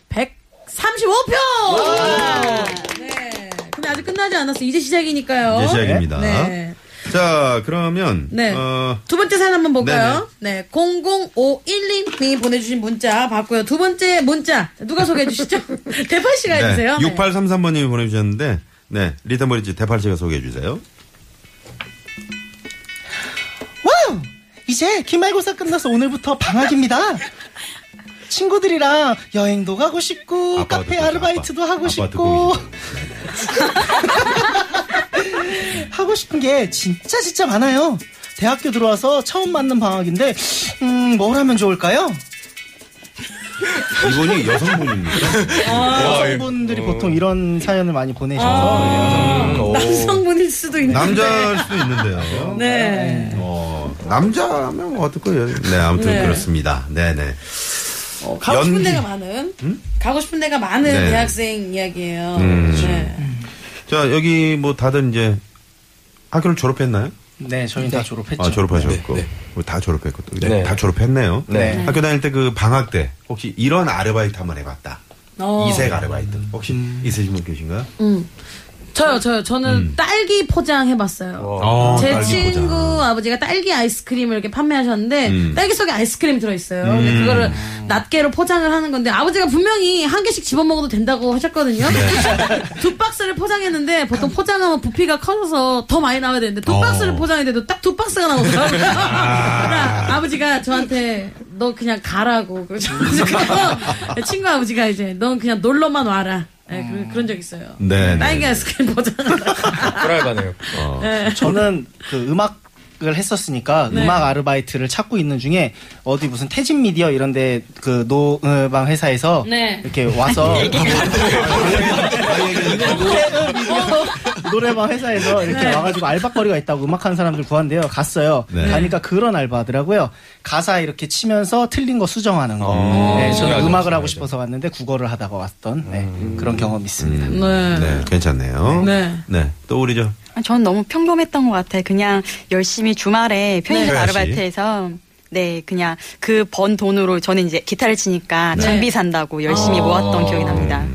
[SPEAKER 3] 135표! 네. 근데 아직 끝나지 않았어. 이제 시작이니까요.
[SPEAKER 4] 이제 시작입니다.
[SPEAKER 3] 네.
[SPEAKER 4] 자 그러면
[SPEAKER 3] 네.
[SPEAKER 4] 어,
[SPEAKER 3] 두 번째 사연 한번 볼까요? 네. 00512님이 보내주신 문자 봤고요. 두 번째 문자. 누가 소개해 주시죠? 대판 씨가 네,
[SPEAKER 4] 네.
[SPEAKER 3] 해주세요.
[SPEAKER 4] 6833번님이 보내주셨는데 네 리턴 버리지 대팔 씨가 소개해 주세요.
[SPEAKER 7] 와우! 이제 기말고사 끝나서 오늘부터 방학입니다. 친구들이랑 여행도 가고 싶고
[SPEAKER 4] 아빠가
[SPEAKER 7] 카페
[SPEAKER 4] 듣고 있어,
[SPEAKER 7] 아르바이트도
[SPEAKER 4] 아빠.
[SPEAKER 7] 하고
[SPEAKER 4] 아빠가
[SPEAKER 7] 싶고
[SPEAKER 4] 듣고
[SPEAKER 7] 하고 싶은 게 진짜 진짜 많아요. 대학교 들어와서 처음 맞는 방학인데 음, 뭘 하면 좋을까요?
[SPEAKER 4] 이분이 여성분입니다.
[SPEAKER 7] 여성분들이 보통 이런 사연을 많이 보내셔서 예,
[SPEAKER 3] 남성분일 수도 있는데.
[SPEAKER 4] 남자일 수도 있는데요.
[SPEAKER 3] 네.
[SPEAKER 4] 어, 남자면 어떨까요? 네, 아무튼
[SPEAKER 3] 네.
[SPEAKER 4] 그렇습니다. 네네.
[SPEAKER 3] 어, 가고 싶은
[SPEAKER 4] 연기. 음?
[SPEAKER 3] 데가 많은 가고 싶은 데가 많은
[SPEAKER 4] 네. 음. 그렇죠.
[SPEAKER 3] 대학생 이야기예요. 네.
[SPEAKER 4] 자, 여기 뭐 다들 이제 학교를 졸업했나요?
[SPEAKER 7] 네 저희 다 졸업했죠.
[SPEAKER 4] 아, 졸업하셨고.
[SPEAKER 6] 네, 네.
[SPEAKER 4] 우리 다 졸업했고. 또. 네,
[SPEAKER 10] 네.
[SPEAKER 4] 다 졸업했네요.
[SPEAKER 10] 네.
[SPEAKER 4] 학교 다닐 때 그 방학 때 혹시 이런 아르바이트 한번 해봤다.
[SPEAKER 3] 어.
[SPEAKER 4] 이색 아르바이트. 혹시 있으신 분 계신가요?
[SPEAKER 3] 저요 저요 저는
[SPEAKER 4] 음.
[SPEAKER 3] 딸기 포장 해봤어요.
[SPEAKER 4] 어,
[SPEAKER 3] 제
[SPEAKER 4] 딸기
[SPEAKER 3] 친구
[SPEAKER 4] 포장.
[SPEAKER 3] 아버지가 딸기 아이스크림을 이렇게 판매하셨는데
[SPEAKER 4] 음.
[SPEAKER 3] 딸기 속에 아이스크림 들어있어요. 근데 그거를 낱개로 포장을 하는 건데 아버지가 분명히 한 개씩 집어 먹어도 된다고 하셨거든요.
[SPEAKER 4] 네.
[SPEAKER 3] 두 박스를 포장했는데 보통 포장하면 부피가 커져서 더 많이 나와야 되는데 두
[SPEAKER 4] 어. 아.
[SPEAKER 3] 박스를 포장했는데도 딱 두 박스가 나오더라고요. 그러니까 아버지가 저한테 너 그냥 가라고 그러셔가지고 친구 아버지가 이제 넌 그냥 놀러만 와라. 예, 그, 런적 있어요.
[SPEAKER 4] 네,
[SPEAKER 3] 딸기
[SPEAKER 4] 네.
[SPEAKER 3] 아이스크림 포장하다가.
[SPEAKER 10] 불알바네요.
[SPEAKER 4] 어.
[SPEAKER 7] 저는 그 음악을 했었으니까 음악 아르바이트를 찾고 있는 중에 어디 무슨 태진 미디어 이런데 그 노방 회사에서
[SPEAKER 3] 네.
[SPEAKER 7] 이렇게 와서 뭐 노래방 회사에서 이렇게 와가지고 알바거리가 있다고 음악하는 사람들 구한대요. 갔어요.
[SPEAKER 4] 네.
[SPEAKER 7] 가니까 그런 알바더라고요. 가사 이렇게 치면서 틀린 거 수정하는 거. 네, 저는 음악을 하고 싶어서 갔는데 국어를 하다가 왔던 네, 그런 경험이 있습니다.
[SPEAKER 3] 네.
[SPEAKER 4] 네, 괜찮네요.
[SPEAKER 3] 네.
[SPEAKER 4] 또 우리죠.
[SPEAKER 8] 아, 전 너무 평범했던 것 같아요. 그냥 열심히 주말에 편의점
[SPEAKER 4] 네.
[SPEAKER 8] 아르바이트해서 네 그냥 그 번 돈으로 저는 이제 기타를 치니까 장비 산다고 열심히 모았던 기억이 납니다.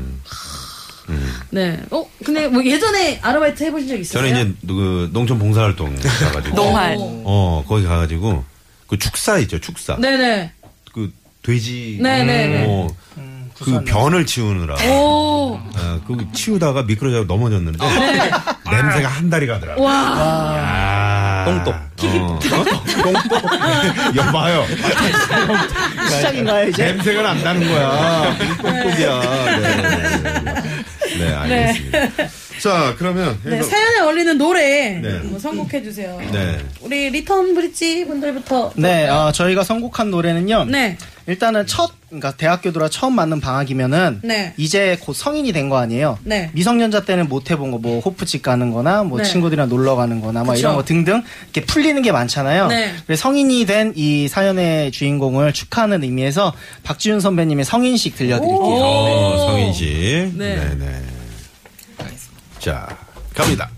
[SPEAKER 3] 네. 어, 근데 뭐 예전에 아르바이트 해보신 적 있어요?
[SPEAKER 4] 저는 이제 그 농촌 봉사활동 가가지고.
[SPEAKER 8] 농활.
[SPEAKER 4] 어, 거기 가가지고 그 축사 있죠, 축사.
[SPEAKER 3] 네네.
[SPEAKER 4] 그 돼지
[SPEAKER 3] 네네네.
[SPEAKER 4] 뭐, 그 변을 치우느라
[SPEAKER 3] 오. 아, 네.
[SPEAKER 4] 아, 그 치우다가 미끄러져서 넘어졌는데 냄새가 한 다리 가더라고.
[SPEAKER 3] 와.
[SPEAKER 4] 아. 똥똑. 어. 똥똑. 여봐요.
[SPEAKER 7] 시작인가요 이제?
[SPEAKER 4] 냄새가 난다는 거야. 똥똑이야. 네, 네, 네. 네, 알겠습니다. 네. 자, 그러면.
[SPEAKER 3] 네,
[SPEAKER 4] 여기서-
[SPEAKER 3] 사연에 어울리는 노래
[SPEAKER 4] 네.
[SPEAKER 3] 뭐 선곡해주세요.
[SPEAKER 4] 네.
[SPEAKER 3] 우리 리턴 브릿지 분들부터.
[SPEAKER 7] 네, 어, 저희가 선곡한 노래는요.
[SPEAKER 3] 네.
[SPEAKER 7] 일단은 첫, 그러니까 대학교 들어 처음 맞는 방학이면은
[SPEAKER 3] 네.
[SPEAKER 7] 이제 곧 성인이 된 거 아니에요.
[SPEAKER 3] 네.
[SPEAKER 7] 미성년자 때는 못 해본 거, 뭐 호프집 가는 거나 뭐
[SPEAKER 3] 네.
[SPEAKER 7] 친구들이랑 놀러 가는 거나 막
[SPEAKER 3] 그쵸.
[SPEAKER 7] 이런 거 등등 이렇게 풀리는 게 많잖아요.
[SPEAKER 3] 네.
[SPEAKER 7] 그래서 성인이 된 이 사연의 주인공을 축하하는 의미에서 박지윤 선배님의 성인식 들려드릴게요.
[SPEAKER 4] 어, 성인 씨.
[SPEAKER 3] 네.
[SPEAKER 4] 네. 네 자, 갑니다.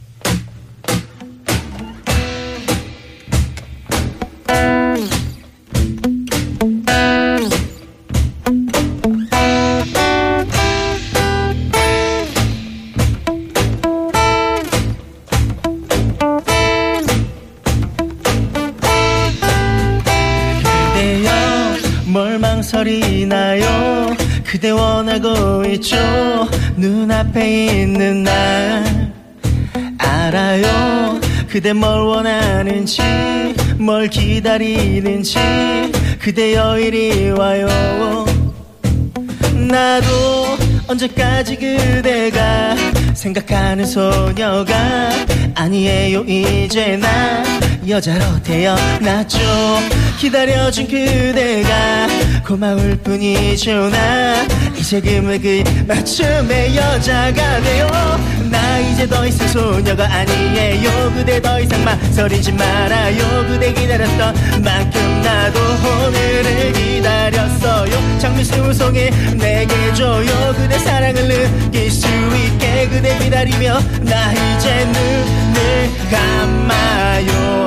[SPEAKER 7] 그대여 뭘 망설이나요 그대 원하고 있죠 눈앞에 있는 날 알아요 그대 뭘 원하는지 뭘 기다리는지 그대 여일이 와요 나도 언제까지 그대가 생각하는 소녀가 아니에요 이제 나 여자로 태어났죠 기다려준 그대가 고마울 뿐이죠 나 이제 금액의 맞춤의 여자가 돼요 나 이제 더 이상 소녀가 아니에요 그대 더 이상 망설이지 말아요 그대 기다렸던 만큼 나도 오늘을 기다렸어요 장미수 송이 내게 줘요 그대 사랑을 느낄 수 있게 그대 기다리며 나 이제 눈을 감아요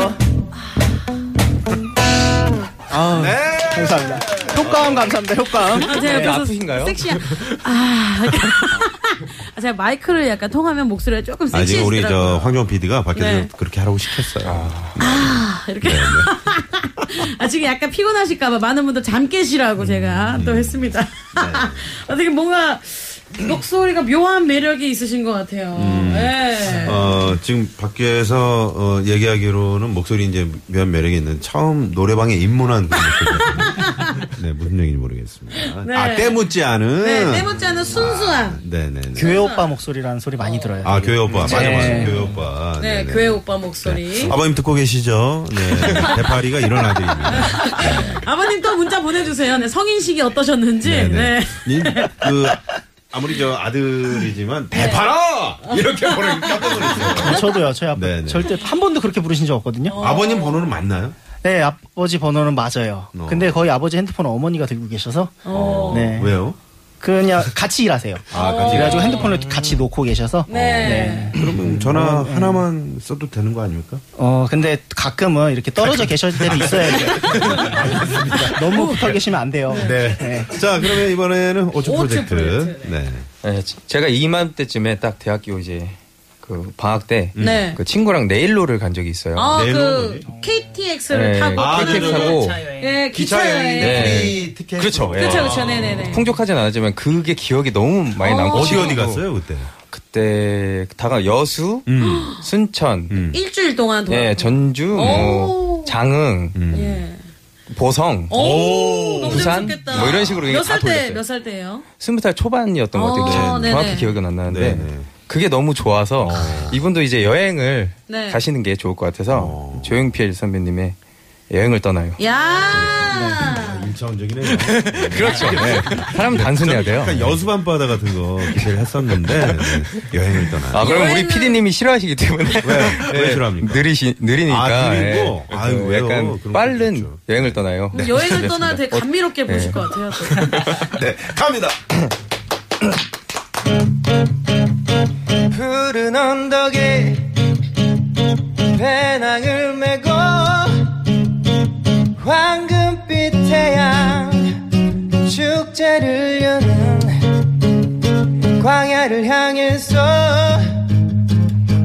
[SPEAKER 7] 아, 감사합니다 효과음 감사합니다 효과음
[SPEAKER 3] 아,
[SPEAKER 4] 네,
[SPEAKER 3] 제가 옆에서
[SPEAKER 2] 아프신가요?
[SPEAKER 3] 섹시한. 아, 아, 제가 마이크를 약간 통하면 목소리가 조금
[SPEAKER 4] 아, 지금 우리 저
[SPEAKER 3] 섹시해지더라고요.
[SPEAKER 4] 황정 PD가 밖에서
[SPEAKER 3] 네.
[SPEAKER 4] 그렇게 하라고 시켰어요.
[SPEAKER 3] 아, 이렇게. 아, 지금 약간 피곤하실까봐 많은 분들 잠 깨시라고 제가 또 했습니다. 어떻게 뭔가 목소리가 묘한 매력이 있으신 것 같아요. 네.
[SPEAKER 4] 어, 지금 밖에서 어, 얘기하기로는 목소리 이제 묘한 매력이 있는 처음 노래방에 입문한 그런 목소리거든요. 네, 무슨 얘기인지 모르겠습니다.
[SPEAKER 3] 네.
[SPEAKER 4] 아, 때묻지 않은.
[SPEAKER 3] 네, 네 번째는 순수함.
[SPEAKER 4] 네네.
[SPEAKER 7] 교회 오빠 목소리라는 소리 많이 들어요
[SPEAKER 4] 아, 교회 오빠. 맞아,
[SPEAKER 7] 네.
[SPEAKER 4] 맞아. 교회 오빠.
[SPEAKER 3] 네, 어,
[SPEAKER 4] 네네. 네.
[SPEAKER 3] 교회 오빠 목소리.
[SPEAKER 4] 아버님 듣고 계시죠? 네. 대파리가 이런 아들입니다.
[SPEAKER 3] 아버님 또 문자 보내주세요. 네, 성인식이 어떠셨는지. 네.
[SPEAKER 4] 네네. 이- 그, 아무리 저 아들이지만, 대파라!
[SPEAKER 3] 네.
[SPEAKER 4] 이렇게 보내면 깜짝 놀랐어요.
[SPEAKER 7] 저도요 저희 아빠
[SPEAKER 4] 네, 네.
[SPEAKER 7] 절대 한 번도 그렇게 부르신 적 없거든요
[SPEAKER 3] 어.
[SPEAKER 4] 아버님 번호는 맞나요?
[SPEAKER 7] 네, 아버지 번호는 맞아요.
[SPEAKER 4] 어.
[SPEAKER 7] 근데 거의 아버지 핸드폰 어머니가 들고 계셔서
[SPEAKER 3] 어,
[SPEAKER 7] 네.
[SPEAKER 4] 왜요?
[SPEAKER 7] 그냥 같이 일하세요.
[SPEAKER 4] 아, 같이
[SPEAKER 7] 그래가지고 핸드폰을 같이 놓고 계셔서
[SPEAKER 3] 네.
[SPEAKER 4] 그러면 전화 하나만 써도 되는 거 아닙니까?
[SPEAKER 7] 어 근데 가끔은 이렇게 떨어져 계실 때도 있어야 돼요. 너무 붙어 계시면 안 돼요.
[SPEAKER 4] 네. 자, 그러면 이번에는 오초 프로젝트.
[SPEAKER 3] 프로젝트,
[SPEAKER 4] 네.
[SPEAKER 2] 예, 지- 제가 이맘때쯤에 딱 대학교 이제 그 방학 때 그
[SPEAKER 3] 네.
[SPEAKER 2] 친구랑 내일로를 간 적이 있어요.
[SPEAKER 3] 아, 그
[SPEAKER 4] 내일로는
[SPEAKER 3] KTX를
[SPEAKER 2] 네,
[SPEAKER 3] 타고
[SPEAKER 2] 아,
[SPEAKER 3] 캐나다
[SPEAKER 2] KTX 타고.
[SPEAKER 3] 기차여행. 예, 기차여행.
[SPEAKER 2] 네.
[SPEAKER 4] 프리 티켓.
[SPEAKER 2] 그렇죠. 예.
[SPEAKER 3] 그렇죠, 그렇죠. 네, 네, 네.
[SPEAKER 2] 풍족하진 않았지만 그게 기억이 너무 많이 남고
[SPEAKER 4] 어디 어디
[SPEAKER 2] 지금도
[SPEAKER 4] 갔어요, 그때?
[SPEAKER 2] 그때 다가 여수,
[SPEAKER 4] 음.
[SPEAKER 2] 순천,
[SPEAKER 4] 음.
[SPEAKER 3] 일주일 동안 돌아.
[SPEAKER 2] 예, 전주, 뭐
[SPEAKER 3] 오.
[SPEAKER 2] 장흥,
[SPEAKER 3] 예.
[SPEAKER 2] 보성,
[SPEAKER 3] 어? 오, 너무
[SPEAKER 2] 부산?
[SPEAKER 3] 재밌겠다.
[SPEAKER 2] 뭐 이런 식으로
[SPEAKER 3] 몇
[SPEAKER 2] 그냥
[SPEAKER 3] 살
[SPEAKER 2] 다
[SPEAKER 3] 때,
[SPEAKER 2] 돌렸어요.
[SPEAKER 3] 몇 살 때예요?
[SPEAKER 2] 스무 살 초반이었던 것
[SPEAKER 3] 어,
[SPEAKER 2] 같아요.
[SPEAKER 3] 네네.
[SPEAKER 2] 정확히 기억은 안 나는데
[SPEAKER 4] 네네.
[SPEAKER 2] 그게 너무 좋아서 이분도 이제 여행을
[SPEAKER 3] 네.
[SPEAKER 2] 가시는 게 좋을 것 같아서
[SPEAKER 4] 어.
[SPEAKER 2] 조용필 선배님의 여행을 떠나요.
[SPEAKER 3] 야
[SPEAKER 4] 아, 일차원적이네요.
[SPEAKER 2] 그렇죠. 사람 은 단순해야 돼요.
[SPEAKER 4] 약간 여수밤바다 같은 거 기대를 했었는데 네. 여행을 떠나.
[SPEAKER 2] 아, 그럼 우리
[SPEAKER 3] 여행은-
[SPEAKER 2] 피디님이 싫어하시기 때문에.
[SPEAKER 4] 왜? 왜
[SPEAKER 2] 예,
[SPEAKER 4] 싫어합니까?
[SPEAKER 2] 느리시, 느리니까.
[SPEAKER 4] 아, 느리고?
[SPEAKER 2] 예. 그래서
[SPEAKER 4] 아유, 왜요? 그런
[SPEAKER 2] 약간
[SPEAKER 4] 건
[SPEAKER 2] 빠른
[SPEAKER 4] 그렇죠.
[SPEAKER 2] 여행을 떠나요.
[SPEAKER 3] 네. 음, 여행을 떠나 되게 감미롭게 보실 것 같아요. 또.
[SPEAKER 4] 네, 갑니다.
[SPEAKER 2] 푸른 언덕에 배낭을 메고 황금빛 태양 축제를 여는 광야를 향해서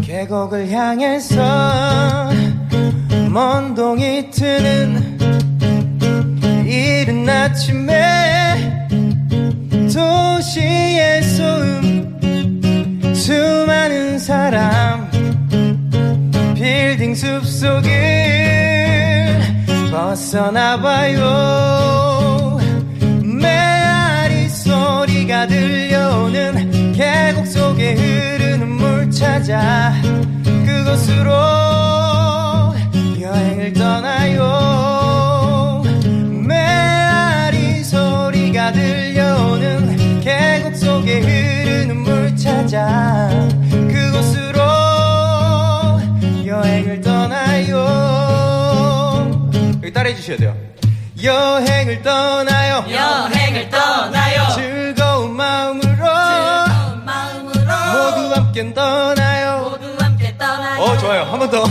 [SPEAKER 2] 계곡을 향해서 먼 동이 트는 이른 아침에 도시의 소음 수많은 사람 빌딩 숲속을 벗어나봐요 메아리 소리가 들려오는 계곡 속에 흐르는 물 찾아 그곳으로 여행을 떠나요 메아리 소리가 들려오는 계곡 속에 흐르는 물 찾아 그곳으로 여행을 떠나요 여기 따라해 주셔야 돼요 여행을 떠나요
[SPEAKER 11] 여행을 떠나요.
[SPEAKER 2] 즐거운 마음으로
[SPEAKER 11] 마음으로
[SPEAKER 2] 모두 함께 떠나요
[SPEAKER 11] 모두 함께 떠나요.
[SPEAKER 2] 어 좋아요 한 번 더.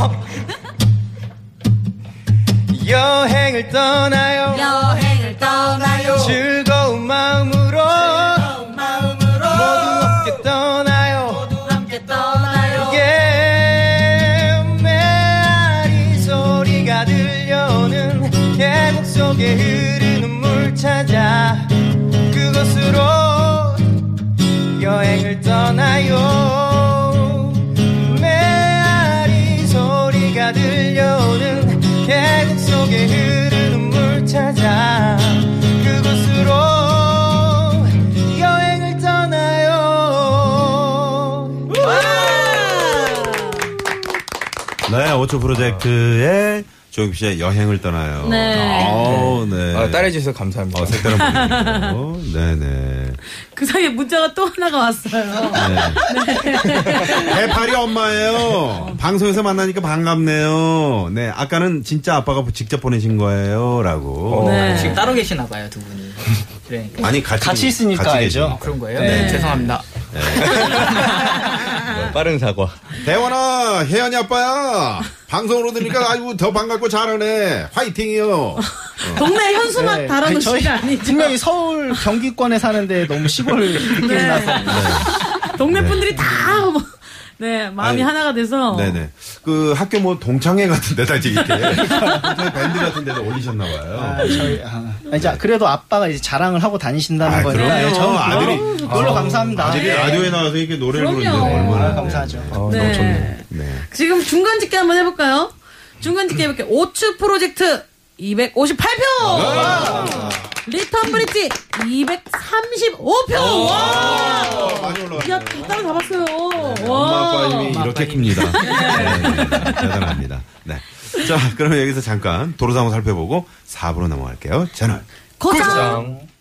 [SPEAKER 2] 여행을 떠나요.
[SPEAKER 11] 여행을 떠나요.
[SPEAKER 2] 즐거운 마음으로
[SPEAKER 11] 즐거운 마음으로
[SPEAKER 2] 모두 함께 떠나요.
[SPEAKER 11] 모두 함께 떠나요.
[SPEAKER 2] 예, 메아리 소리가 들려오는 계곡 속에 흐르는 물 찾아 그곳으로 여행을 떠나요. 메아리 소리가 들려오는 계곡 속에 흐르는 물 찾아 그곳으로 여행을 떠나요.
[SPEAKER 4] 네, 5초 프로젝트의 조용필 씨의 여행을 떠나요.
[SPEAKER 3] 네.
[SPEAKER 4] 어, 네.
[SPEAKER 10] 아, 따라해주셔서 감사합니다.
[SPEAKER 4] 어, 색다른 분이네요. 네네.
[SPEAKER 3] 그 사이에 문자가 또 하나가 왔어요. 네.
[SPEAKER 4] 대팔이 엄마예요. 방송에서 만나니까 반갑네요. 네, 아까는 진짜 아빠가 직접 보내신 거예요.
[SPEAKER 7] 어.
[SPEAKER 4] 라고.
[SPEAKER 3] 네.
[SPEAKER 9] 지금 따로 계시나 봐요 두 분이. 그러니까.
[SPEAKER 4] 아니, 같이,
[SPEAKER 7] 네. 같이 있으니까 알죠.
[SPEAKER 9] 아, 그런 거예요?
[SPEAKER 7] 네.
[SPEAKER 9] 네, 죄송합니다.
[SPEAKER 6] 네. 빠른 사과.
[SPEAKER 4] 대원아, 혜연이 아빠야. 방송으로 들으니까 아이고 더 반갑고 잘하네. 화이팅이요.
[SPEAKER 3] 동네 현수막
[SPEAKER 7] 네.
[SPEAKER 3] 달아놓으신
[SPEAKER 7] 아니, 저희
[SPEAKER 3] 거 아니죠?
[SPEAKER 7] 분명히 서울 경기권에 사는데 너무 시골 느낌
[SPEAKER 3] 네.
[SPEAKER 7] 나서
[SPEAKER 3] 동네 분들이 다, 뭐, 네, 마음이
[SPEAKER 4] 아니,
[SPEAKER 3] 하나가 돼서.
[SPEAKER 4] 네네. 그 학교 뭐 동창회 같은 데다 이제 이렇게 동창회 밴드 같은 데다 올리셨나 봐요.
[SPEAKER 7] 아, 저희, 아. 아니, 자, 그래도 아빠가 이제 자랑을 하고 다니신다는
[SPEAKER 4] 아,
[SPEAKER 7] 거니까
[SPEAKER 4] 그럼요.
[SPEAKER 7] 예, 저는
[SPEAKER 4] 아들이-
[SPEAKER 7] 아들이 그걸로 감사합니다.
[SPEAKER 4] 아들이
[SPEAKER 7] 예.
[SPEAKER 4] 라디오에 나와서 이렇게 노래를
[SPEAKER 3] 그럼요.
[SPEAKER 4] 부르는데 얼마나
[SPEAKER 7] 아, 감사하죠.
[SPEAKER 10] 어, 너무
[SPEAKER 3] 네.
[SPEAKER 10] 좋네요.
[SPEAKER 4] 네.
[SPEAKER 3] 지금 중간 집계 한번 해볼까요? 중간 집계 해볼게요. 오츠 프로젝트 258표!
[SPEAKER 4] 아!
[SPEAKER 3] 리턴 브릿지 235표! 와!
[SPEAKER 4] 아! 많이 올라왔어요. 네.
[SPEAKER 3] 야, 따로 잡았어요.
[SPEAKER 4] 엄마 아빠
[SPEAKER 3] 와.
[SPEAKER 4] 힘이 이렇게 큽니다. 네, 대단합니다. 네. 자, 그럼 여기서 잠깐 도로상황 살펴보고 4부로 넘어갈게요. 채널.
[SPEAKER 10] 그렇죠.
[SPEAKER 3] 고장!
[SPEAKER 10] 짱.